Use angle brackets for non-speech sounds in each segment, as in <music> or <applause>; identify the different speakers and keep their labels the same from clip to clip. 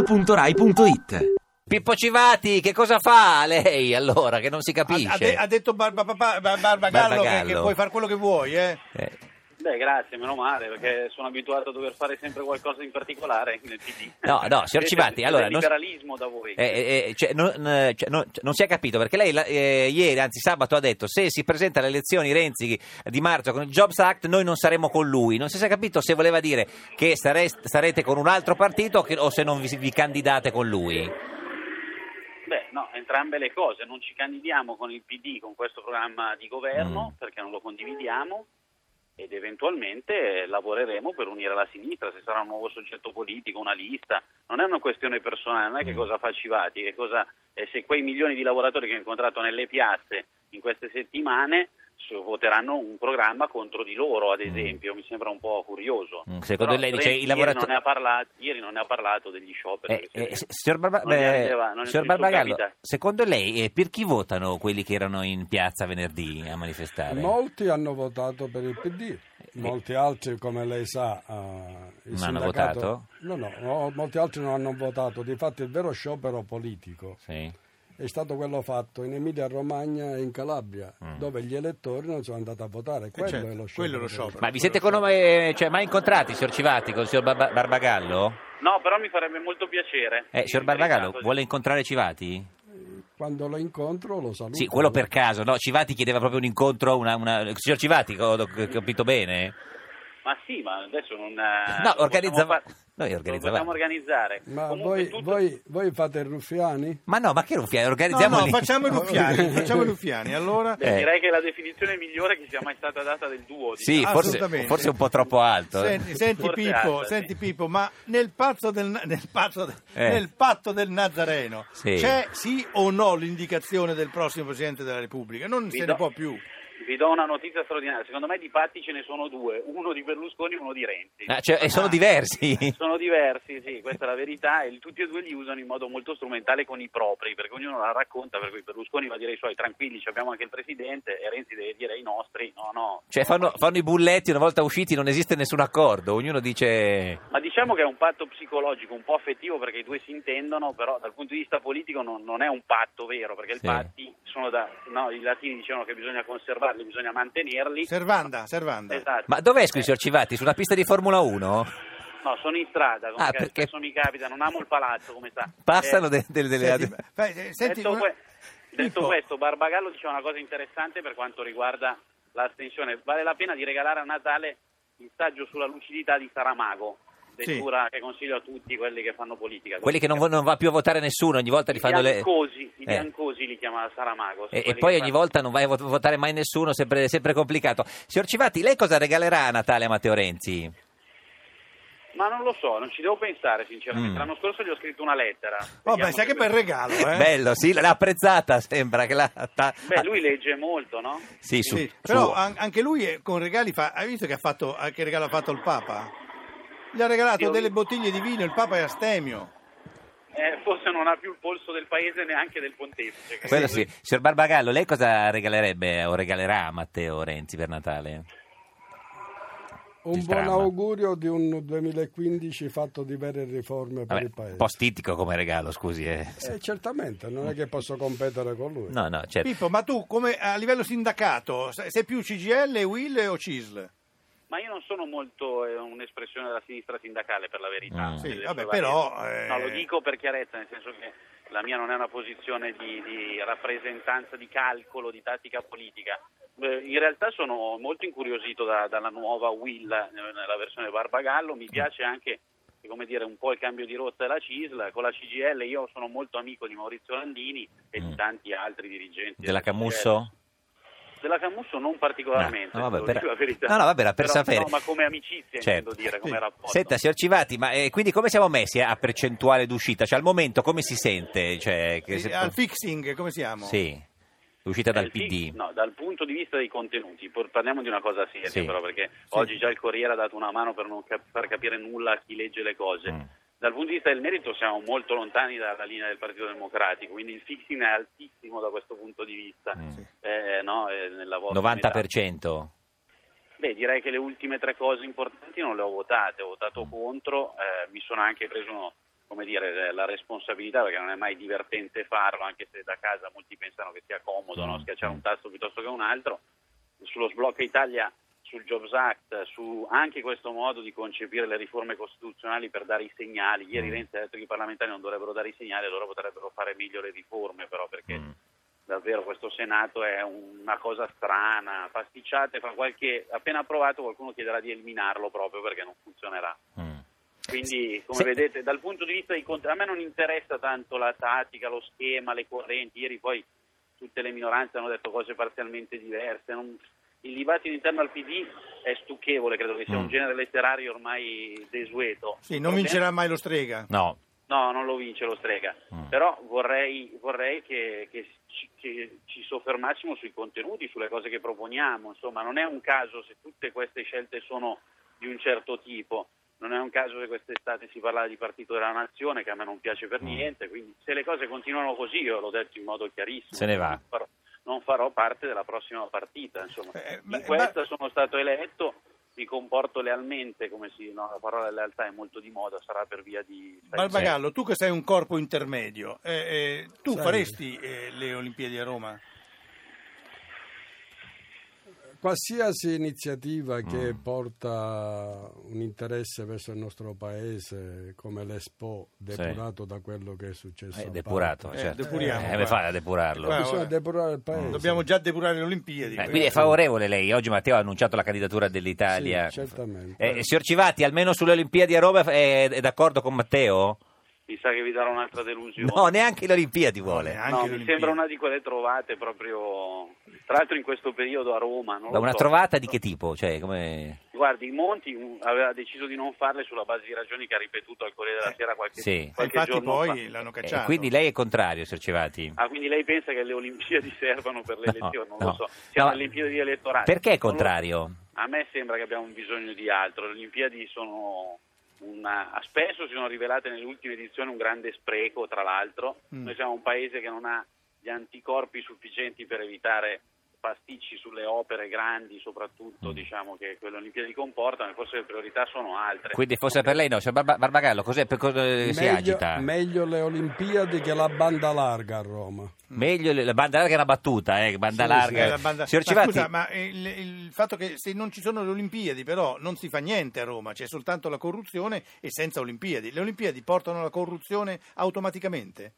Speaker 1: radio2pod.rai.it
Speaker 2: Pippo Civati, che cosa fa lei allora che non si
Speaker 3: Ha, ha de-
Speaker 2: capisce?
Speaker 3: ha detto Barba, papà, Bar- Barbagallo che, che
Speaker 2: Barbagallo.
Speaker 3: puoi fare quello che vuoi, eh?
Speaker 2: Eh,
Speaker 4: Beh, grazie, meno male, perché sono abituato a dover fare sempre qualcosa in particolare nel PD.
Speaker 2: No, no, signor
Speaker 4: Invece
Speaker 2: Civati,
Speaker 4: c'è
Speaker 2: allora...
Speaker 4: del
Speaker 2: non-
Speaker 4: Eh, liberalismo da voi.
Speaker 2: Eh, eh, cioè, non, eh, cioè, non- non si è capito perché lei la- eh, ieri, anzi sabato, ha detto se si presenta alle elezioni Renzi di marzo con il Jobs Act noi non saremo con lui. Non si è capito se voleva dire che sare- sarete con un altro partito o che- o se non vi, vi candidate con lui.
Speaker 4: Beh, no, entrambe le cose. Non ci candidiamo con il PD, con questo programma di
Speaker 2: Mm.
Speaker 4: governo, perché non lo condividiamo ed eventualmente eh, lavoreremo per unire la sinistra, se sarà un nuovo soggetto politico, una lista. Non è una questione personale, non è
Speaker 2: Mm.
Speaker 4: che cosa fa Civati, che cosa, eh, se quei milioni di lavoratori che ho incontrato nelle piazze in queste settimane se voteranno un programma contro di loro, ad esempio, mi sembra un po' curioso.
Speaker 2: Mm, secondo lei dice,
Speaker 4: Renzi
Speaker 2: i
Speaker 4: ieri
Speaker 2: lavoratori-
Speaker 4: non ne ha parlato- ieri non ne ha parlato degli scioperi.
Speaker 2: Eh,
Speaker 4: perché-
Speaker 2: eh, s- signor Barba-
Speaker 4: non ne
Speaker 2: beh,
Speaker 4: aveva- non ne
Speaker 2: signor
Speaker 4: aveva
Speaker 2: Barbagallo,
Speaker 4: capita.
Speaker 2: secondo lei eh, per chi votano quelli che erano in piazza venerdì a manifestare?
Speaker 5: Molti hanno votato per il PD,
Speaker 2: Eh,
Speaker 5: molti altri, come lei sa, eh, il
Speaker 2: Non hanno
Speaker 5: sindacato-
Speaker 2: votato?
Speaker 5: No, no, no, molti altri non hanno votato. Difatti, il vero sciopero politico
Speaker 2: Sì.
Speaker 5: è stato quello fatto in Emilia-Romagna e in Calabria,
Speaker 2: Mm.
Speaker 5: dove gli elettori non sono andati a votare. Quello
Speaker 3: certo,
Speaker 5: è lo
Speaker 3: quello è
Speaker 5: sciopero.
Speaker 3: lo sciopero.
Speaker 2: Ma vi siete con- eh, cioè, mai incontrati, signor Civati, con il signor Barba- Barbagallo?
Speaker 4: No, però mi farebbe molto piacere.
Speaker 2: Eh, signor
Speaker 4: Barbagallo
Speaker 2: Barbagallo, vuole incontrare Civati?
Speaker 5: Quando lo incontro lo saluto.
Speaker 2: Sì, quello per caso, no? Civati chiedeva proprio un incontro, una, una... Signor Civati, ho ho capito bene?
Speaker 4: Ma sì, ma adesso non... eh,
Speaker 2: No,
Speaker 4: lo
Speaker 2: organizzava-
Speaker 4: possiamo fa-
Speaker 2: noi
Speaker 4: lo
Speaker 2: organizzavamo.
Speaker 4: Possiamo organizzare.
Speaker 5: Ma
Speaker 4: Comunque
Speaker 5: voi,
Speaker 4: tutto-
Speaker 5: voi- voi fate i ruffiani?
Speaker 2: Ma no, ma che ruffiani,
Speaker 3: Oh, No,
Speaker 2: organizziamo
Speaker 3: no,
Speaker 2: lì. <laughs>
Speaker 3: facciamo i ruffiani, facciamo i ruffiani. Allora,
Speaker 4: Beh,
Speaker 2: eh.
Speaker 4: Direi che è la definizione migliore che sia mai stata data del duo.
Speaker 2: Sì,
Speaker 4: diciamo.
Speaker 2: forse,
Speaker 3: Assolutamente.
Speaker 2: forse un po' troppo alto. eh.
Speaker 3: senti, senti
Speaker 4: Forse
Speaker 3: Pippo,
Speaker 4: alta,
Speaker 3: senti
Speaker 4: sì.
Speaker 3: Pippo, ma nel pazzo del, Na- nel pazzo de-
Speaker 2: Eh.
Speaker 3: nel patto del Nazareno
Speaker 2: Sì.
Speaker 3: c'è sì o no l'indicazione del prossimo Presidente della Repubblica? Non
Speaker 4: Vi
Speaker 3: se
Speaker 4: do-
Speaker 3: ne può più.
Speaker 4: Vi do una notizia straordinaria. Secondo me di patti ce ne sono due, uno di Berlusconi e uno di Renzi.
Speaker 2: Ah, cioè, eh, sono diversi. <laughs>
Speaker 4: Sono diversi, sì, questa è la verità. E tutti e due li usano in modo molto strumentale con i propri, perché ognuno la racconta. Per cui Berlusconi va a dire ai suoi tranquilli, ci abbiamo anche il presidente, e Renzi deve dire ai nostri, no, no.
Speaker 2: Cioè, fanno, fanno i bulletti, una volta usciti non esiste nessun accordo, ognuno dice...
Speaker 4: Ma diciamo che è un patto psicologico, un po' affettivo perché i due si intendono, però dal punto di vista politico non, non è un patto vero, perché
Speaker 2: Sì.
Speaker 4: i patti sono da... No, i latini dicevano che bisogna conservarli, bisogna mantenerli.
Speaker 3: Servanda, servanda.
Speaker 4: Esatto.
Speaker 2: Ma dov'è, scusi, signor Civati? Sulla pista di Formula 1?
Speaker 4: No, sono in strada, come
Speaker 2: Ah,
Speaker 4: ca-
Speaker 2: perché-
Speaker 4: spesso mi capita, non amo il palazzo, come sa.
Speaker 2: Passano
Speaker 4: Eh,
Speaker 2: de- delle... delle-
Speaker 3: Senti, fai- eh, senti,
Speaker 4: detto,
Speaker 3: una-
Speaker 4: que- detto
Speaker 3: Pippo,
Speaker 4: questo, Barbagallo diceva una cosa interessante per quanto riguarda l'astensione. Vale la pena di regalare a Natale il saggio sulla lucidità di Saramago,
Speaker 3: Sì.
Speaker 4: lettura che consiglio a tutti quelli che fanno politica.
Speaker 2: Quelli che non, vo- non va più a votare nessuno, ogni volta li fanno
Speaker 4: I
Speaker 2: le...
Speaker 4: biancosi, i
Speaker 2: Eh.
Speaker 4: biancosi li chiama Saramago.
Speaker 2: E, e poi
Speaker 4: quelli che
Speaker 2: ogni
Speaker 4: fanno-
Speaker 2: volta non vai a vot- votare mai nessuno, sempre, sempre complicato. Signor Civati, lei cosa regalerà a Natale a Matteo Renzi?
Speaker 4: Ma non lo so, non ci devo pensare sinceramente.
Speaker 2: Mm.
Speaker 4: L'anno scorso gli ho scritto una lettera.
Speaker 3: Vabbè,
Speaker 4: Vediamo
Speaker 3: Oh, sai
Speaker 4: se-
Speaker 3: che bel regalo, eh?
Speaker 2: Bello, sì, l'ha apprezzata, sembra che l'ha... ta-
Speaker 4: Beh, lui legge molto, no?
Speaker 2: ah, Sì, su,
Speaker 3: Sì, però
Speaker 2: suo.
Speaker 3: an- anche lui è- con regali fa. Hai visto che, ha fatto, eh, che regalo ha fatto il Papa? Gli ha
Speaker 4: Sì,
Speaker 3: regalato
Speaker 4: ho
Speaker 3: delle
Speaker 4: visto.
Speaker 3: bottiglie di vino, il Papa è astemio.
Speaker 4: Eh, forse non ha più il polso del paese neanche del pontefice.
Speaker 2: Quello sì. Signor Barbagallo, lei cosa regalerebbe o regalerà a Matteo Renzi per Natale?
Speaker 5: Un
Speaker 2: Il
Speaker 5: buon
Speaker 2: dramma.
Speaker 5: augurio di un 2015 fatto di vere riforme per
Speaker 2: Vabbè,
Speaker 5: il paese.
Speaker 2: un po' stitico come regalo, scusi. eh.
Speaker 5: Eh, certamente, non è che posso competere con lui.
Speaker 2: No, no, certo.
Speaker 3: Pippo, ma tu come a livello sindacato se- sei più CGL, Will o CISL?
Speaker 4: Ma io non sono molto eh, un'espressione della sinistra sindacale, per la verità.
Speaker 2: Mm.
Speaker 3: Sì,
Speaker 4: Delle
Speaker 3: vabbè,
Speaker 4: sue varie-
Speaker 3: però, eh.
Speaker 4: No, lo dico per chiarezza, nel senso che la mia non è una posizione di, di rappresentanza, di calcolo, di tattica politica. Beh, In realtà sono molto incuriosito da- dalla nuova Will, eh, nella versione Barbagallo,
Speaker 2: Mm.
Speaker 4: mi piace anche come dire, un po' il cambio di rotta della CISL, con la CGL io sono molto amico di Maurizio Landini e di tanti altri dirigenti.
Speaker 2: Mm. Della
Speaker 4: della CGL.
Speaker 2: Camusso?
Speaker 4: della Camusso non particolarmente,
Speaker 2: No, no, vabbè,
Speaker 4: devo
Speaker 2: per-
Speaker 4: dire la verità.
Speaker 2: no, no, vabbè, era per
Speaker 4: Però,
Speaker 2: sapere.
Speaker 4: no, ma come amicizia,
Speaker 2: Certo.
Speaker 4: intendo dire, come
Speaker 3: Sì.
Speaker 4: rapporto.
Speaker 2: Senta, signor Civati, ma eh, quindi come siamo messi a percentuale d'uscita? Cioè, al momento come si sente? Cioè, che se-
Speaker 3: Eh, Al fixing, come siamo?
Speaker 2: Sì, l'uscita dal
Speaker 4: Eh, sì,
Speaker 2: PD.
Speaker 4: No, dal punto di vista dei contenuti, por- parliamo di una cosa seria
Speaker 2: Sì.
Speaker 4: però, perché oggi già il Corriere ha dato una mano per non cap- far capire nulla a chi legge le cose.
Speaker 2: Mm.
Speaker 4: Dal punto di vista del merito siamo molto lontani dalla linea del Partito Democratico, quindi il fixing è altissimo da questo punto di vista.
Speaker 2: Mm.
Speaker 4: Eh, no, eh, nella vostra
Speaker 2: 90%?
Speaker 4: metà. Beh, direi che le ultime tre cose importanti non le ho votate, ho votato contro, eh, mi sono anche preso come dire, eh, la responsabilità, perché non è mai divertente farlo, anche se da casa molti pensano che sia comodo no?
Speaker 2: Mm.
Speaker 4: schiacciare un tasto piuttosto che un altro, sullo sblocca Italia, sul Jobs Act, su anche questo modo di concepire le riforme costituzionali per dare i segnali. Ieri
Speaker 2: Mm.
Speaker 4: Renzi ha detto che i parlamentari non dovrebbero dare i segnali, loro potrebbero fare meglio le riforme, però perché
Speaker 2: Mm.
Speaker 4: davvero questo Senato è una cosa strana, pasticciate, fra qualche appena approvato qualcuno chiederà di eliminarlo proprio perché non funzionerà.
Speaker 2: Mm.
Speaker 4: Quindi, come
Speaker 2: Se-
Speaker 4: vedete, dal punto di vista dei conti, a me non interessa tanto la tattica, lo schema, le correnti. Ieri poi tutte le minoranze hanno detto cose parzialmente diverse. non- Il dibattito interno al PD è stucchevole, credo che sia
Speaker 2: Mm.
Speaker 4: un genere letterario ormai desueto.
Speaker 3: Sì, non vincerà mai lo strega.
Speaker 2: No.
Speaker 4: No, non lo vince lo strega,
Speaker 2: Mm.
Speaker 4: però vorrei, vorrei che, che ci- che ci soffermassimo sui contenuti, sulle cose che proponiamo, insomma non è un caso se tutte queste scelte sono di un certo tipo, non è un caso che quest'estate si parlava di partito della nazione che a me non piace per
Speaker 2: Mm.
Speaker 4: niente, quindi se le cose continuano così, io l'ho detto in modo chiarissimo,
Speaker 2: Se ne va.
Speaker 4: non farò, non farò parte della prossima partita, insomma.
Speaker 3: Eh,
Speaker 4: in
Speaker 3: ma-
Speaker 4: questa
Speaker 3: ma-
Speaker 4: sono stato eletto, mi comporto lealmente, come si, no, la parola lealtà è molto di moda, sarà per via di...
Speaker 3: Barbagallo, tu che sei un corpo intermedio, eh, eh, tu
Speaker 5: Sai.
Speaker 3: faresti eh, le Olimpiadi a Roma?
Speaker 5: Qualsiasi iniziativa
Speaker 2: Mm.
Speaker 5: che porta un interesse verso il nostro paese, come l'Expo, depurato da quello che è successo.
Speaker 2: È
Speaker 5: a
Speaker 2: depurato,
Speaker 5: Parma.
Speaker 3: Eh,
Speaker 2: certo.
Speaker 3: depuriamo,
Speaker 2: Eh,
Speaker 3: va.
Speaker 2: fai a depurarlo.
Speaker 3: Qua-
Speaker 5: Bisogna depurare il paese.
Speaker 3: Dobbiamo già depurare le Olimpiadi.
Speaker 2: Eh, quindi è favorevole lei. Oggi Matteo ha annunciato la candidatura dell'Italia.
Speaker 5: Sì, certamente.
Speaker 2: Eh, signor Civati, almeno sulle Olimpiadi a Roma è, è d'accordo con Matteo?
Speaker 4: Mi sa che vi darò un'altra delusione.
Speaker 2: No, neanche le Olimpiadi
Speaker 3: No,
Speaker 2: vuole.
Speaker 3: neanche
Speaker 4: No,
Speaker 3: le
Speaker 4: mi
Speaker 3: Olimpiadi.
Speaker 4: sembra una di quelle trovate proprio, tra l'altro in questo periodo a Roma. Non
Speaker 2: Ma
Speaker 4: lo
Speaker 2: una
Speaker 4: so.
Speaker 2: trovata di che tipo? Cioè, come...
Speaker 4: Guardi, Monti mm, aveva deciso di non farle sulla base di ragioni che ha ripetuto al Corriere della Sera qualche,
Speaker 2: sì.
Speaker 3: Eh,
Speaker 4: qualche
Speaker 3: Infatti
Speaker 4: giorno
Speaker 3: poi
Speaker 4: fa.
Speaker 3: l'hanno
Speaker 2: Eh,
Speaker 3: cacciato.
Speaker 2: quindi lei è contrario, signor Civati?
Speaker 4: Ah, quindi lei pensa che le Olimpiadi <laughs> servano per le
Speaker 2: No,
Speaker 4: elezioni? Non
Speaker 2: no.
Speaker 4: lo so. Siamo
Speaker 2: No.
Speaker 4: alle Olimpiadi elettorali.
Speaker 2: Perché è
Speaker 4: Non lo-
Speaker 2: contrario?
Speaker 4: A me sembra che abbiamo bisogno di altro. Le Olimpiadi sono una... a spesso si sono rivelate nelle ultime edizioni un grande spreco, tra l'altro.
Speaker 3: Mm.
Speaker 4: Noi siamo un paese che non ha gli anticorpi sufficienti per evitare pasticci sulle opere grandi, soprattutto
Speaker 2: Mm.
Speaker 4: diciamo che quelle Olimpiadi comportano, e forse le priorità sono altre.
Speaker 2: Quindi forse per lei no. Signor Barba- Barbagallo, cos'è? Per cosa eh, si
Speaker 5: Meglio-
Speaker 2: agita?
Speaker 5: Meglio le Olimpiadi che la banda larga a Roma.
Speaker 2: Meglio le- la banda larga è una battuta, eh, banda
Speaker 5: Sì,
Speaker 2: larga.
Speaker 3: Eh, la banda-
Speaker 2: Signor
Speaker 3: ma
Speaker 2: Civati,
Speaker 3: scusa, ma eh, il, il fatto che se non ci sono le Olimpiadi, però non si fa niente a Roma, c'è soltanto la corruzione e senza Olimpiadi. Le Olimpiadi portano la corruzione automaticamente?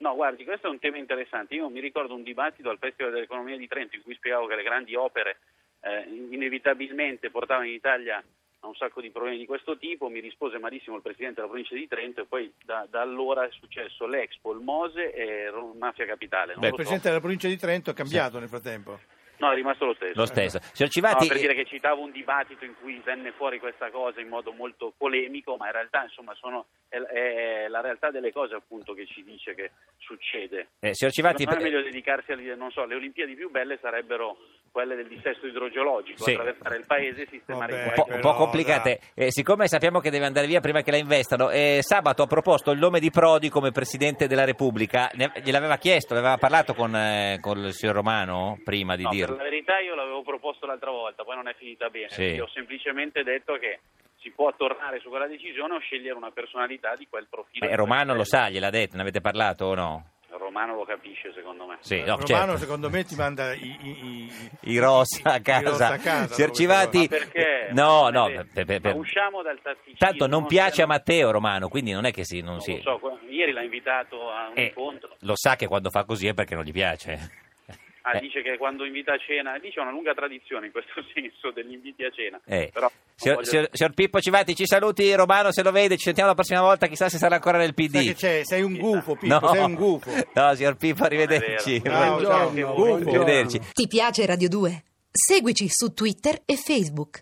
Speaker 4: No, guardi, questo è un tema interessante. Io mi ricordo un dibattito al Festival dell'Economia di Trento in cui spiegavo che le grandi opere eh, inevitabilmente portavano in Italia a un sacco di problemi di questo tipo. Mi rispose malissimo il presidente della provincia di Trento e poi da, da allora è successo l'Expo, il Mose e Ro- Mafia Capitale. Non
Speaker 2: Beh,
Speaker 4: lo
Speaker 3: Il
Speaker 4: so.
Speaker 3: presidente della provincia di Trento è cambiato nel frattempo.
Speaker 4: No, è rimasto lo stesso.
Speaker 2: lo stesso. eh, Signor
Speaker 4: No,
Speaker 2: Civati,
Speaker 4: per dire che citavo un dibattito in cui venne fuori questa cosa in modo molto polemico, ma in realtà insomma sono, è, è la realtà delle cose appunto che ci dice che succede.
Speaker 2: eh, signor Civati,
Speaker 4: Secondo me è
Speaker 2: per-
Speaker 4: meglio dedicarsi alle, non so, le Olimpiadi più belle sarebbero quelle del dissesto idrogeologico,
Speaker 2: Sì.
Speaker 4: attraversare il paese e sistemare
Speaker 3: Vabbè,
Speaker 4: i
Speaker 2: un po',
Speaker 4: guai.
Speaker 2: un
Speaker 3: però,
Speaker 2: po' complicate. Eh, siccome sappiamo che deve andare via prima che la investano, eh, sabato ha proposto il nome di Prodi come Presidente della Repubblica. Ne- gliel'aveva chiesto, ne aveva parlato con, eh, con il signor Romano prima di
Speaker 4: No, per
Speaker 2: dirlo.
Speaker 4: la verità io l'avevo proposto l'altra volta, poi non è finita bene.
Speaker 2: Sì.
Speaker 4: perché Ho semplicemente detto che si può tornare su quella decisione o scegliere una personalità di quel profilo.
Speaker 2: Eh,
Speaker 4: di
Speaker 2: Romano
Speaker 4: quel
Speaker 2: lo sa, gliel'ha detto, ne avete parlato o no?
Speaker 4: livello. Romano lo capisce secondo me.
Speaker 2: Sì, no,
Speaker 3: Romano,
Speaker 2: certo.
Speaker 3: secondo me, ti manda i, i, i-
Speaker 2: I rossa a
Speaker 3: i- i
Speaker 2: casa.
Speaker 3: rossa a casa,
Speaker 2: Signor
Speaker 3: dopo
Speaker 2: Civati,
Speaker 4: Ma
Speaker 3: questa
Speaker 4: perché?
Speaker 2: No,
Speaker 4: Ma
Speaker 2: no,
Speaker 4: vedete,
Speaker 2: per- per- per-
Speaker 4: ma usciamo dal tatticismo.
Speaker 2: Tanto non piace a
Speaker 4: siamo-
Speaker 2: Matteo Romano, quindi non è che si... Non
Speaker 4: non
Speaker 2: si...
Speaker 4: lo so, qua- ieri l'ha invitato a un
Speaker 2: Eh,
Speaker 4: incontro.
Speaker 2: lo sa che quando fa così è perché non gli piace.
Speaker 4: Ah,
Speaker 2: Eh.
Speaker 4: dice che quando invita a cena, lì c'è una lunga tradizione in questo <laughs> senso degli inviti a cena.
Speaker 2: Eh.
Speaker 4: Però non
Speaker 2: Signor,
Speaker 4: voglio-
Speaker 2: signor- signor Pippo Civati, ci saluti Romano se lo vede, ci sentiamo la prossima volta, chissà se sarà ancora nel
Speaker 3: Sai che
Speaker 2: PD.
Speaker 3: c'è? Sei un gufo, Pippo, sei un gufo.
Speaker 2: <laughs> No, signor Pippo, arrivederci.
Speaker 4: arrivederci.
Speaker 3: Ciao, ciao.
Speaker 5: Buongiorno,
Speaker 3: Gufo.
Speaker 5: buongiorno.
Speaker 2: Arrivederci.
Speaker 1: Ti piace Radio 2? Seguici su Twitter e Facebook.